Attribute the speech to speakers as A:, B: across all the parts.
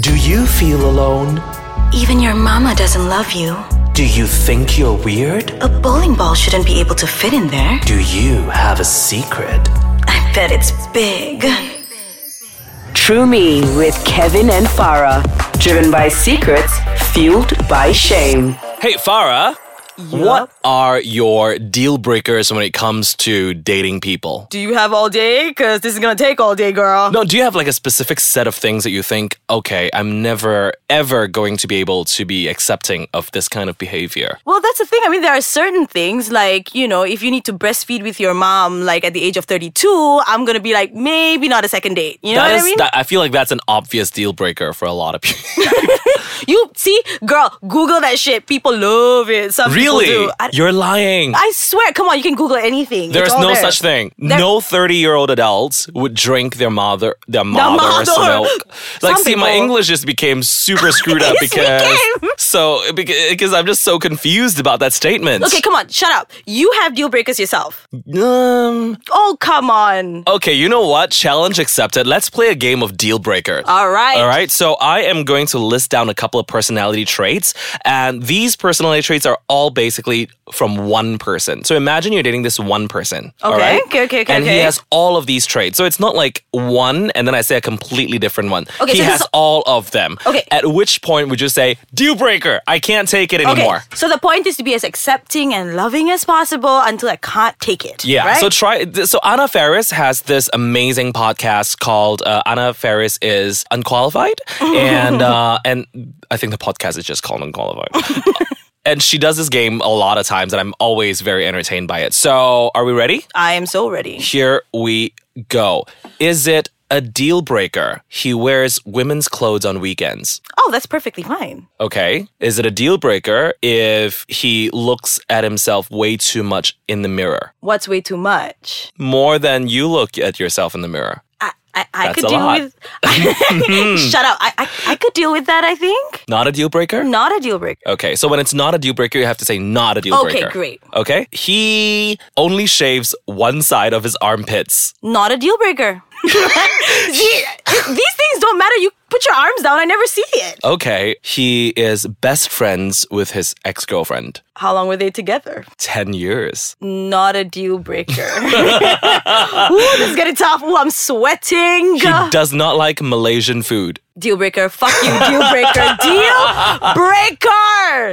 A: Do you feel alone?
B: Even your mama doesn't love you.
A: Do you think you're weird?
B: A bowling ball shouldn't be able to fit in there.
A: Do you have a secret?
B: I bet it's big.
C: True Me with Kevin and Farah. Driven by secrets, fueled by shame.
D: Hey, Farah, what are your deal breakers when it comes to dating people?
E: Do you have all day? Because this is going to take all day, girl.
D: No, do you have like a specific set of things that you think, okay, I'm never, ever going to be able to be accepting of this kind of behavior?
E: Well, that's the thing. I mean, there are certain things like, you know, if you need to breastfeed with your mom, like at the age of 32, I'm going to be like, maybe not a second date. You know
D: That
E: what
D: is-
E: I mean?
D: that- I feel like that's an obvious deal breaker for a lot of people.
E: you see, girl, Google that shit. People love it. Some people
D: really?
E: do. I,
D: You're lying.
E: I swear, come on, you can Google anything.
D: There's
E: It's all
D: no
E: there.
D: such thing.
E: There-
D: no 30 year old adults would drink their mother their mother's
E: mother.
D: milk. Like,
E: Some
D: see, my
E: people-
D: English just became super screwed up
E: Yes,
D: because
E: became.
D: so beca- because I'm just so confused about that statement.
E: Okay, come on, shut up. You have deal breakers yourself.
D: Um,
E: Oh, come on.
D: okay, you know what? Challenge accepted. Let's play a game of deal breaker.
E: All right.
D: Oh. All right. So I am going to list down a couple of personality traits, and these personality traits are all basically from one person. So imagine you're dating this one person. All
E: Okay,
D: right?
E: okay, okay, okay,
D: And he
E: okay.
D: has all of these traits. So it's not like one, and then I say a completely different one.
E: Okay,
D: He
E: so this
D: has
E: is-
D: all of them.
E: Okay.
D: At which point would you say deal breaker? I can't take it anymore.
E: Okay, so the point is to be as accepting and loving as possible until I can't take it.
D: Yeah.
E: Right?
D: So try. th- So Anna Ferris has this amazing podcast called uh, Anna Ferris is Unqualified, and uh, and I think the podcast is just called Unqualified. and she does this game a lot of times, and I'm always very entertained by it. So are we ready?
E: I am so ready.
D: Here we go. Is it a deal breaker? He wears women's clothes on weekends.
E: Oh, that's perfectly fine.
D: Okay. Is it a deal breaker if he looks at himself way too much in the mirror?
E: What's way too much?
D: more than you look at yourself in the mirror.
E: I, I, I
D: That's
E: could
D: a
E: deal
D: lot.
E: with. Shut up. I, I, I could deal with that, I think.
D: Not a deal breaker?
E: Not a deal breaker.
D: Okay, so when it's not a deal breaker, you have to say not a deal
E: Okay,
D: breaker.
E: great.
D: Okay, he only shaves one side of his armpits.
E: Not a deal breaker. See, these things don't matter. You put your arms down, I never see it.
D: Okay, he is best friends with his ex girlfriend.
E: How long were they together?
D: 10 years.
E: Not a deal breaker. Ooh, this is getting tough. Ooh, I'm sweating.
D: He does not like Malaysian food.
E: Deal breaker. Fuck you, deal breaker. deal breaker.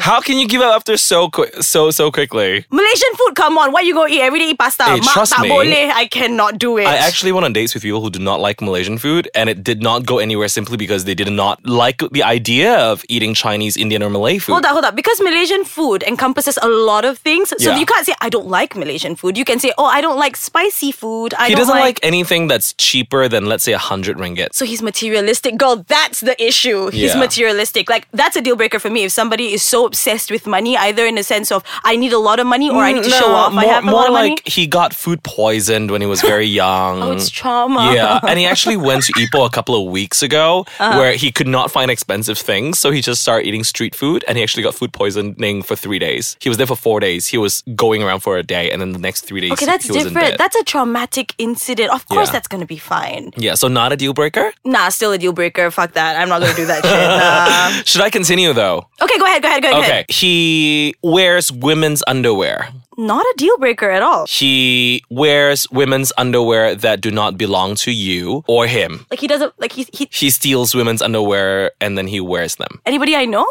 D: How can you give up after so quick, so so quickly?
E: Malaysian food, come on. Why you go eat every day eat pasta?
D: Hey,
E: Mak
D: trust
E: tak
D: me.
E: boleh. I cannot do it.
D: I actually went on dates with people who do not like Malaysian food, and it did not go anywhere simply because they did not like the idea of eating Chinese, Indian, or Malay food.
E: Hold up, hold up. Because Malaysian food encompasses a lot of things, so
D: Yeah.
E: you can't say I don't like Malaysian food. You can say, oh, I don't like spicy food. I
D: he
E: don't
D: doesn't like, anything that's cheaper than let's say a hundred ringgit.
E: So he's materialistic. Girl, that's the issue. He's
D: Yeah.
E: materialistic. Like, that's a deal breaker for me. If somebody is so obsessed with money, either in the sense of I need a lot of money or I need to show off,
D: Mm, More,
E: I have a
D: more
E: lot of
D: like
E: money.
D: he got food poisoned when he was very young.
E: Oh, it's trauma.
D: yeah, and he actually went to Ipoh a couple of weeks ago
E: Uh-huh.
D: where he could not find expensive things, so he just started eating street food and he actually got food poisoning for three days. He was there for four days. He was going around for a day, and then the next three days
E: Okay, that's
D: he was in
E: different.
D: bed.
E: That's a traumatic incident. Of course,
D: Yeah.
E: that's gonna be fine.
D: yeah, so not a deal breaker.
E: Nah, still a deal breaker. Fuck that. I'm not gonna do that shit.
D: Should I continue though?
E: Nah. Um, Okay, go ahead, go ahead, go ahead. go
D: Okay,
E: ahead.
D: he wears women's underwear.
E: Not a deal breaker at all.
D: he wears women's underwear that do not belong to you or him.
E: Like he doesn't. Like he. he
D: He steals women's underwear and then he wears them.
E: anybody I know?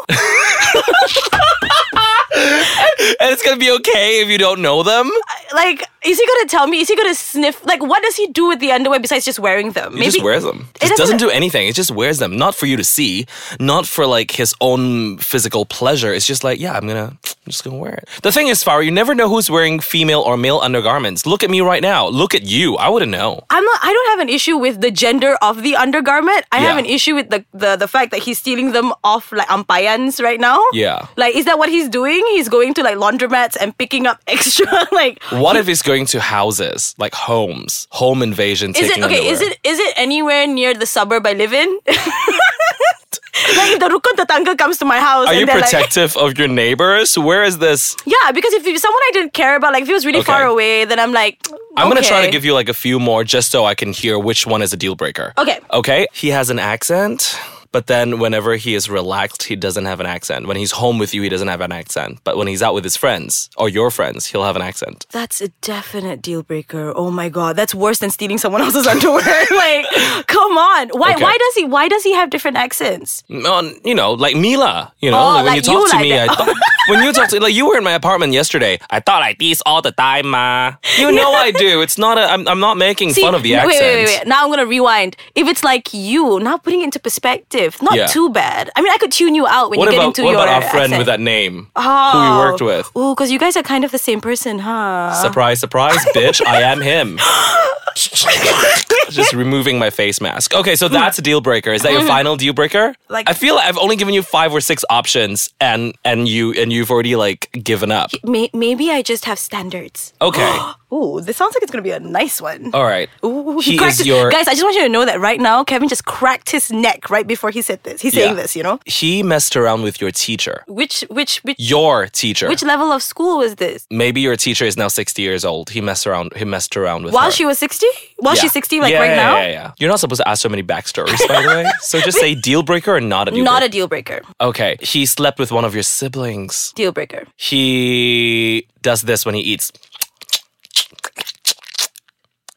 D: And it's gonna be okay if you don't know them.
E: like, is he gonna tell me? Is he gonna sniff? Like, what does he do with the underwear besides just wearing them?
D: He just wears them. It just doesn't
E: doesn't-
D: do anything. It just wears them. Not for you to see, not for like his own physical pleasure. It's just like, yeah, I'm gonna, I'm just gonna wear it. The thing is, Farah, you never know who's wearing female or male undergarments. Look at me right now. Look at you. I wouldn't know.
E: I'm not. I don't have an issue with the gender of the undergarment. I have
D: Yeah.
E: an issue with the, the the fact that he's stealing them off like ampayans right now.
D: Yeah.
E: Like, is that what he's doing? He's going to like laundromats and picking up extra like
D: What if he's going to houses, like homes, home invasion?
E: Is it
D: taking
E: okay? Is
D: underwear?
E: it is it anywhere near the suburb I live in? like if the rukun tetangga comes to my house,
D: Are
E: and
D: you
E: they're Like,
D: protective of your neighbors? Where is this?
E: yeah, because if it was someone I didn't care about, like if it was really
D: Okay.
E: far away, then I'm like,
D: I'm gonna try to give you like a few more just so I can hear which one is a deal breaker.
E: Okay.
D: Okay. He has an accent. But then whenever he is relaxed, he doesn't have an accent. When he's home with you, he doesn't have an accent. But when he's out with his friends or your friends, he'll have an accent.
E: That's a definite deal breaker. Oh my god, that's worse than stealing someone else's underwear. like, come on. Why?
D: Okay.
E: Why does he? Why does he have different accents?
D: Mm, on you know like Mila you know
E: Oh,
D: when you
E: like
D: talk
E: you
D: to
E: like
D: me
E: that.
D: I thought when you talk to like you were in my apartment yesterday I thought like these all the time ma you know I do it's not a I'm, I'm not making fun of the
E: wait,
D: accent
E: wait, wait, wait. Now I'm gonna rewind. If it's like you, now putting it into perspective, not
D: Yeah.
E: too bad. I mean, I could tune you out when
D: what
E: you get
D: about
E: into
D: what
E: your
D: about our friend
E: accent.
D: with that name
E: oh. Uh.
D: who we worked with
E: Ooh, because you guys are kind of the same person, huh?
D: surprise surprise bitch I am him just removing my face mask okay so that's a deal breaker is that your final deal breaker
E: Mm-hmm. Like-
D: I feel like I've only given you five or six options and and you and you've already like given up
E: May- maybe I just have standards.
D: okay
E: Ooh, this sounds like it's gonna be a nice one.
D: all right
E: Ooh,
D: he
E: cracked
D: is
E: his-
D: your
E: guys. I just want you to know that right now, Kevin just cracked his neck right before he said this. He's saying
D: Yeah.
E: this, you know.
D: he messed around with your teacher.
E: Which which which
D: Your teacher.
E: which level of school was this?
D: Maybe your teacher is now 60 years old. He messed around he messed around with
E: While
D: her.
E: she was sixty? While
D: Yeah.
E: Oh, she's sixty, like
D: Yeah,
E: right
D: yeah,
E: now?
D: Yeah, yeah. You're not supposed to ask so many backstories, by the way. So just say deal breaker or not a deal
E: Not a
D: breaker.
E: deal breaker.
D: okay. He slept with one of your siblings.
E: Deal breaker.
D: He does this when he eats.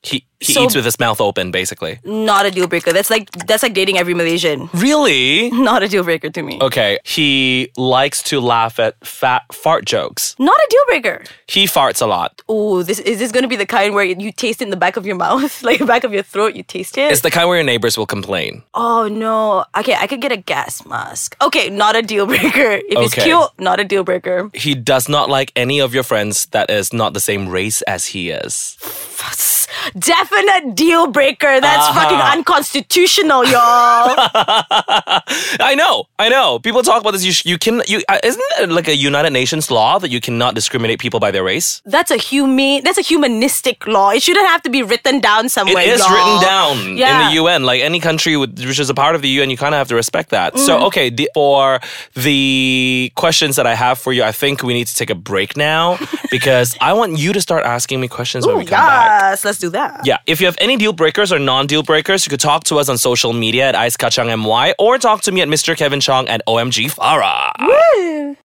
D: He he
E: So-
D: eats with his mouth open, basically.
E: Not a deal breaker. That's like that's like dating every Malaysian.
D: Really?
E: Not a deal breaker to me.
D: Okay. He likes to laugh at fat fart jokes.
E: Not a deal breaker.
D: He farts a lot.
E: Ooh, this is this gonna be the kind where you taste it in the back of your mouth, like the back of your throat, you taste it.
D: It's the kind where your neighbors will complain.
E: oh no. Okay, I could get a gas mask. Okay, not a deal breaker. If it's
D: Okay.
E: cute, not a deal breaker.
D: he does not like any of your friends that is not the same race as he is.
E: Definite deal breaker. That's fucking unconstitutional, y'all.
D: I know, I know. People talk about this. You, sh- you can, you uh, isn't it like a United Nations law that you cannot discriminate people by their race?
E: that's a humane. That's a humanistic law. It shouldn't have to be written down
D: It
E: somewhere.
D: is
E: y'all.
D: written down
E: Oh Yeah.
D: in the UN. Like any country with, which is a part of the UN, you kind of have to respect that.
E: Mm-hmm.
D: So, okay, the, for the questions that I have for you, I think we need to take a break now because I want you to start asking me questions when
E: Ooh,
D: we come back.
E: yes, let's do that.
D: Yeah, if you have any deal breakers or non-deal breakers, you could talk to us on social media at Ice Kachang MY or talk to me at Mr. Kevin Chong at OMG Farah.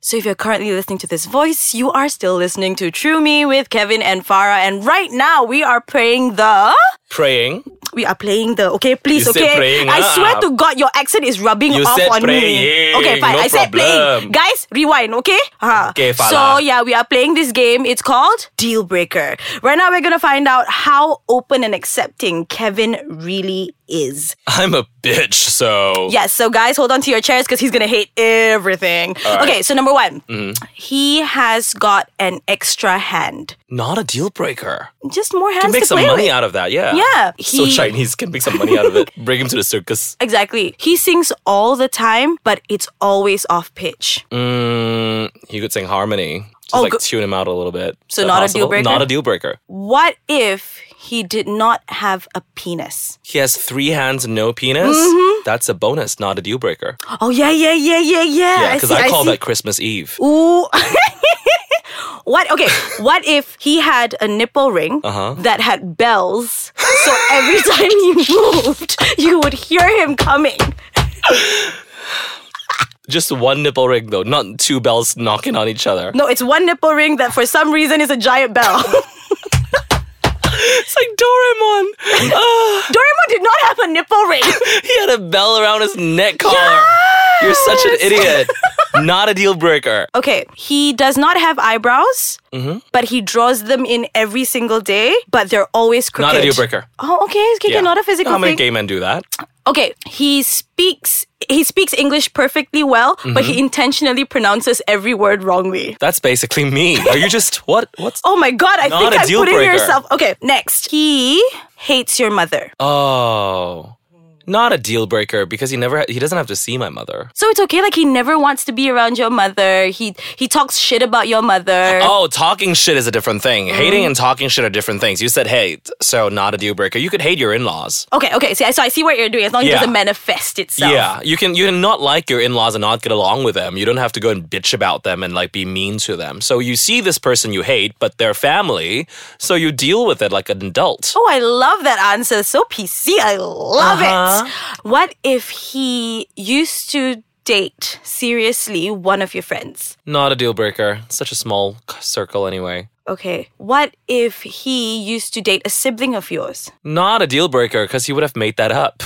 E: So if you're currently listening to this voice, you are still listening to True Me with Kevin and Farah, and right now we are playing the.
D: Praying.
E: We are playing the. Okay, please,
D: You said
E: okay.
D: praying,
E: I
D: ah.
E: swear to God, your accent is rubbing
D: You
E: off
D: said
E: on
D: praying,
E: me. Okay, fine.
D: no
E: I
D: problem.
E: said playing. Guys, rewind, okay? Ah.
D: Okay,
E: So
D: Farah.
E: yeah, we are playing this game. It's called Deal Breaker. Right now, we're gonna find out how open and accepting Kevin really is.
D: I'm a bitch, so
E: Yes, so guys, hold on to your chairs because he's gonna hate everything. Okay, so number one,
D: Mm-hmm.
E: he has got an extra hand.
D: not a deal breaker.
E: Just more hands
D: Can make
E: to
D: some
E: play
D: money
E: with.
D: out of that, yeah.
E: Yeah,
D: so
E: he-
D: Chinese can make some money out of it. Bring him to the circus.
E: Exactly. He sings all the time, but it's always off pitch.
D: Mm, he could sing harmony. Just
E: Oh,
D: like
E: go-
D: tune him out a little bit. Is
E: So
D: that
E: not a
D: possible?
E: deal breaker?
D: Not a deal breaker.
E: What if he did not have a penis?
D: He has three hands and no penis.
E: Mm-hmm.
D: That's a bonus, not a deal breaker.
E: Oh yeah, yeah, yeah, yeah, yeah.
D: Yeah, because
E: see,
D: I, call
E: see.
D: that Christmas Eve.
E: Ooh. what? Okay. What if he had a nipple ring
D: Uh-huh.
E: that had bells? So every time he moved, you would hear him coming.
D: Just one nipple ring though, not two bells knocking on each other.
E: No, it's one nipple ring that for some reason is a giant bell.
D: It's like Doraemon. Ah,
E: Doraemon did not have a nipple ring.
D: he had a bell around his neck collar. You're such an idiot. Not a deal breaker.
E: Okay. He does not have eyebrows,
D: Mm-hmm.
E: but he draws them in every single day, but they're always crooked.
D: Not a deal breaker.
E: Oh, okay. Okay,
D: Yeah.
E: not a physical
D: How many
E: thing.
D: gay men do that?
E: okay he speaks he speaks english perfectly well but
D: Mm-hmm.
E: he intentionally pronounces every word wrongly
D: That's basically me. Are you just what? What's?
E: oh my god i
D: Not
E: think
D: a
E: i'm
D: deal
E: putting
D: breaker.
E: yourself okay next he hates your mother
D: Oh, not a deal breaker because he never he doesn't have to see my mother.
E: so it's okay like he never wants to be around your mother he he talks shit about your mother
D: Oh, talking shit is a different thing.
E: Mm-hmm.
D: Hating and talking shit are different things. You said hate, so not a deal breaker. You could hate your in-laws.
E: okay okay see, I- so i see what you're doing as long as
D: Yeah.
E: it doesn't manifest itself
D: Yeah, you can you can not like your in-laws and not get along with them. You don't have to go and bitch about them and like be mean to them. So you see this person you hate, but they're family, so you deal with it like an adult.
E: Oh, I love that answer. So PC. I love
D: Uh-huh.
E: What if he used to date seriously one of your friends?
D: Not a deal breaker. Such a small c- circle, anyway.
E: Okay. What if he used to date a sibling of yours?
D: Not a deal breaker because he would have made that up.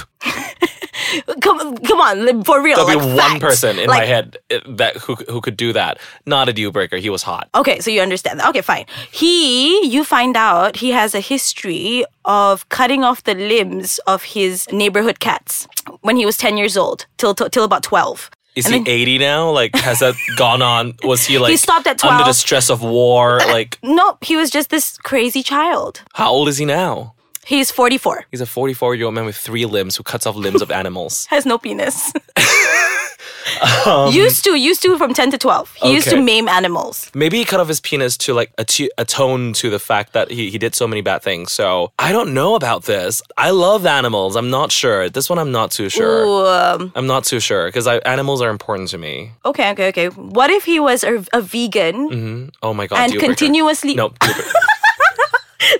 E: Come, come on, li- for real.
D: There'll be
E: Oh, like
D: one
E: facts.
D: person in my
E: Like,
D: head uh, that who who could do that. Not a deal breaker. He was hot.
E: Okay, so you understand that. Okay, fine. He, you find out he has a history of cutting off the limbs of his neighborhood cats when he was 10 years old till, till, till about 12.
D: Is
E: And
D: he
E: then-
D: 80 now? Like, has that gone on? Was he like
E: stopped at
D: under the
E: 12.
D: stress of war? Like,
E: Nope, he was just this crazy child.
D: how old is he now?
E: He's 44,
D: He's a 44 year old man with three limbs who cuts off limbs of animals.
E: has no penis. used to, used to from 10 to 12. He used to
D: Um, Okay.
E: maim animals.
D: Maybe he cut off his penis to like atu- atone to the fact that he, he did so many bad things. So I don't know about this. I love animals. I'm not sure. This one I'm not too sure.
E: Ooh, um,
D: I'm not too sure because animals are important to me.
E: okay, okay, okay. What if he was a, a vegan
D: Oh my god.
E: and
D: deal breaker.
E: continuously.
D: Nope. deal breaker.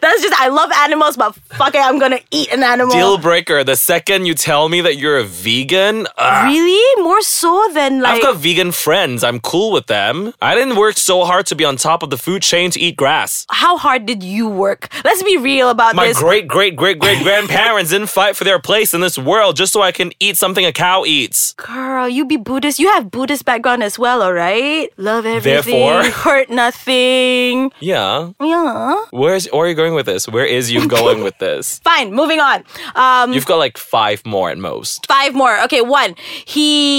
E: That's just, I love animals, but fuck it, I'm gonna eat an animal.
D: Deal breaker. The second you tell me that you're a vegan, ah,
E: Really? More so than like.
D: I've got vegan friends. I'm cool with them. I didn't work so hard to be on top of the food chain to eat grass.
E: how hard did you work? Let's be real about
D: My
E: this.
D: great great great great grandparents didn't fight for their place in this world just so I can eat something a cow eats.
E: Girl, you be Buddhist. You have Buddhist background as well, all right? Love everything.
D: Therefore-
E: Hurt nothing.
D: Yeah.
E: Yeah.
D: Where's where are you going with this? Where is you going with this?
E: Fine, moving on. Um,
D: You've got like five more at most.
E: five more. Okay, one.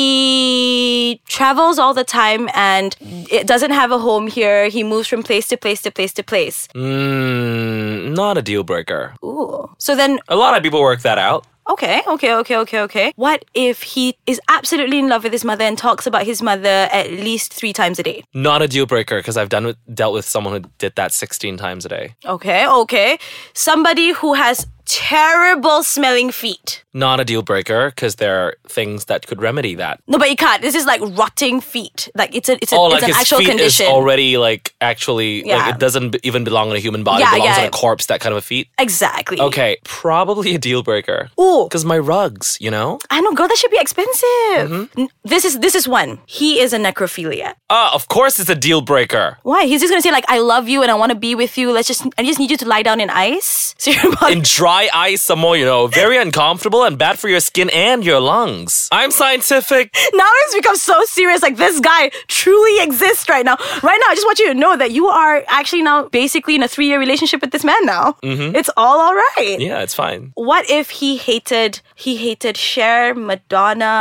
E: He travels all the time and it doesn't have a home here. He moves from place to place to place to place.
D: Mm, not a deal breaker.
E: Ooh. So then
D: A lot of people work that out.
E: Okay, okay, okay, okay, okay. What if he is absolutely in love with his mother and talks about his mother at least three times a day?
D: Not a deal breaker because I've done with, dealt with someone who did that 16 times a day.
E: Okay, okay. Somebody who has terrible smelling feet.
D: Not a deal breaker because there are things that could remedy that.
E: No, but you can't. This is like rotting feet. Like it's a it's, a,
D: Oh,
E: it's
D: like
E: an
D: his
E: actual
D: feet
E: condition.
D: is already like actually
E: Yeah.
D: like it doesn't b- even belong on a human body.
E: Yeah,
D: it belongs
E: yeah.
D: on a corpse. That kind of a feet.
E: exactly.
D: Okay, probably a deal breaker.
E: Ooh.
D: because my rugs, you know.
E: I know, girl, that should be expensive.
D: Mm-hmm.
E: N- This is this is one. He is a necrophilia.
D: Ah, of course it's a deal breaker.
E: Why? He's just gonna say like, "I love you and I want to be with you." Let's just, I just need you to lie down in ice. So your body
D: in dry ice some more, you know. Very uncomfortable and bad for your skin and your lungs. I'm scientific.
E: now it's become so serious. Like this guy truly exists right now. Right now, I just want you to know that you are actually now basically in a three-year relationship with this man. Now it's all all right.
D: Mm-hmm. Yeah, it's fine.
E: What if he hated he hated Cher, Madonna,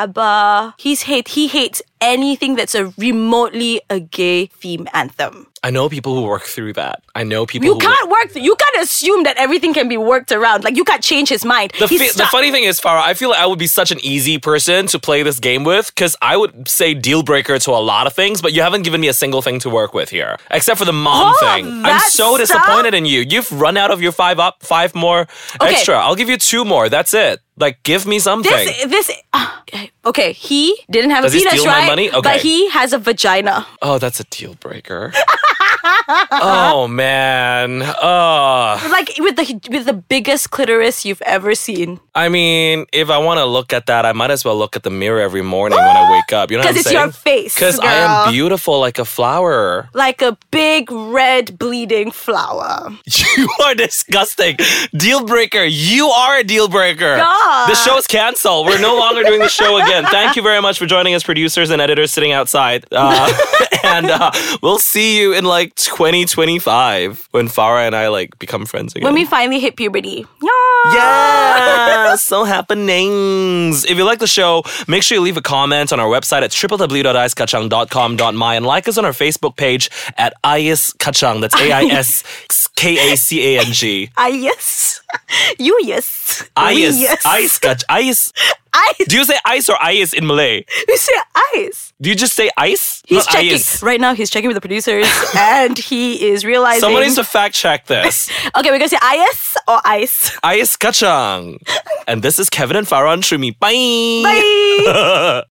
E: ABBA? He's hate he hates anything that's a remotely a gay theme anthem.
D: I know people who work through that. I know people
E: You
D: who
E: can't work. You can't assume that everything can be worked around. Like you can't change his mind.
D: The,
E: He's
D: fe- the
E: stuck.
D: funny thing is, Farah, I feel like I would be such an easy person to play this game with because I would say deal breaker to a lot of things, but you haven't given me a single thing to work with here, except for the mom
E: Oh,
D: thing. I'm
E: that
D: so
E: stuff?
D: disappointed in you. You've run out of your five up, five more
E: Okay.
D: extra. I'll give you two more. That's it. Like, give me something.
E: This this ah, okay. He didn't have
D: Does
E: a
D: he
E: penis,
D: steal my
E: right?
D: money? Okay.
E: But he has a vagina.
D: Oh, that's a deal breaker. oh man. Uh,
E: like with the with the biggest clitoris you've ever seen
D: I mean, if I want to look at that, I might as well look at the mirror every morning when I wake up. You know what I'm
E: because Ah! it's
D: saying?
E: your face
D: Because I am beautiful like a flower.
E: like a big red bleeding flower
D: You are disgusting. Deal breaker. You are a deal breaker.
E: God.
D: The show's canceled. We're no longer doing the show again. Thank you very much for joining us, producers and editors sitting outside. Uh, and uh, we'll see you in like 2025 when Farah and I like become friends again.
E: when we finally hit puberty yeah
D: Yeah, so happenings. If you like the show, make sure you leave a comment on our website at www.aiskachang.com.my and like us on our Facebook page at Ais Kachang. That's A I S K A C A N G.
E: I yes you yes We
D: Ais.
E: Oh, yes
D: Ais Kach. Ais.
E: ice
D: Do you say ice or ice in Malay?
E: you say ice
D: Do you just say ice?
E: he's
D: Not
E: checking
D: Ais.
E: right now he's checking with the producers and he is realizing
D: Someone needs to fact check this.
E: okay we're gonna say ice or ice
D: Ais Kachang. And this is Kevin and Farah on Shumi. Bye.
E: Bye.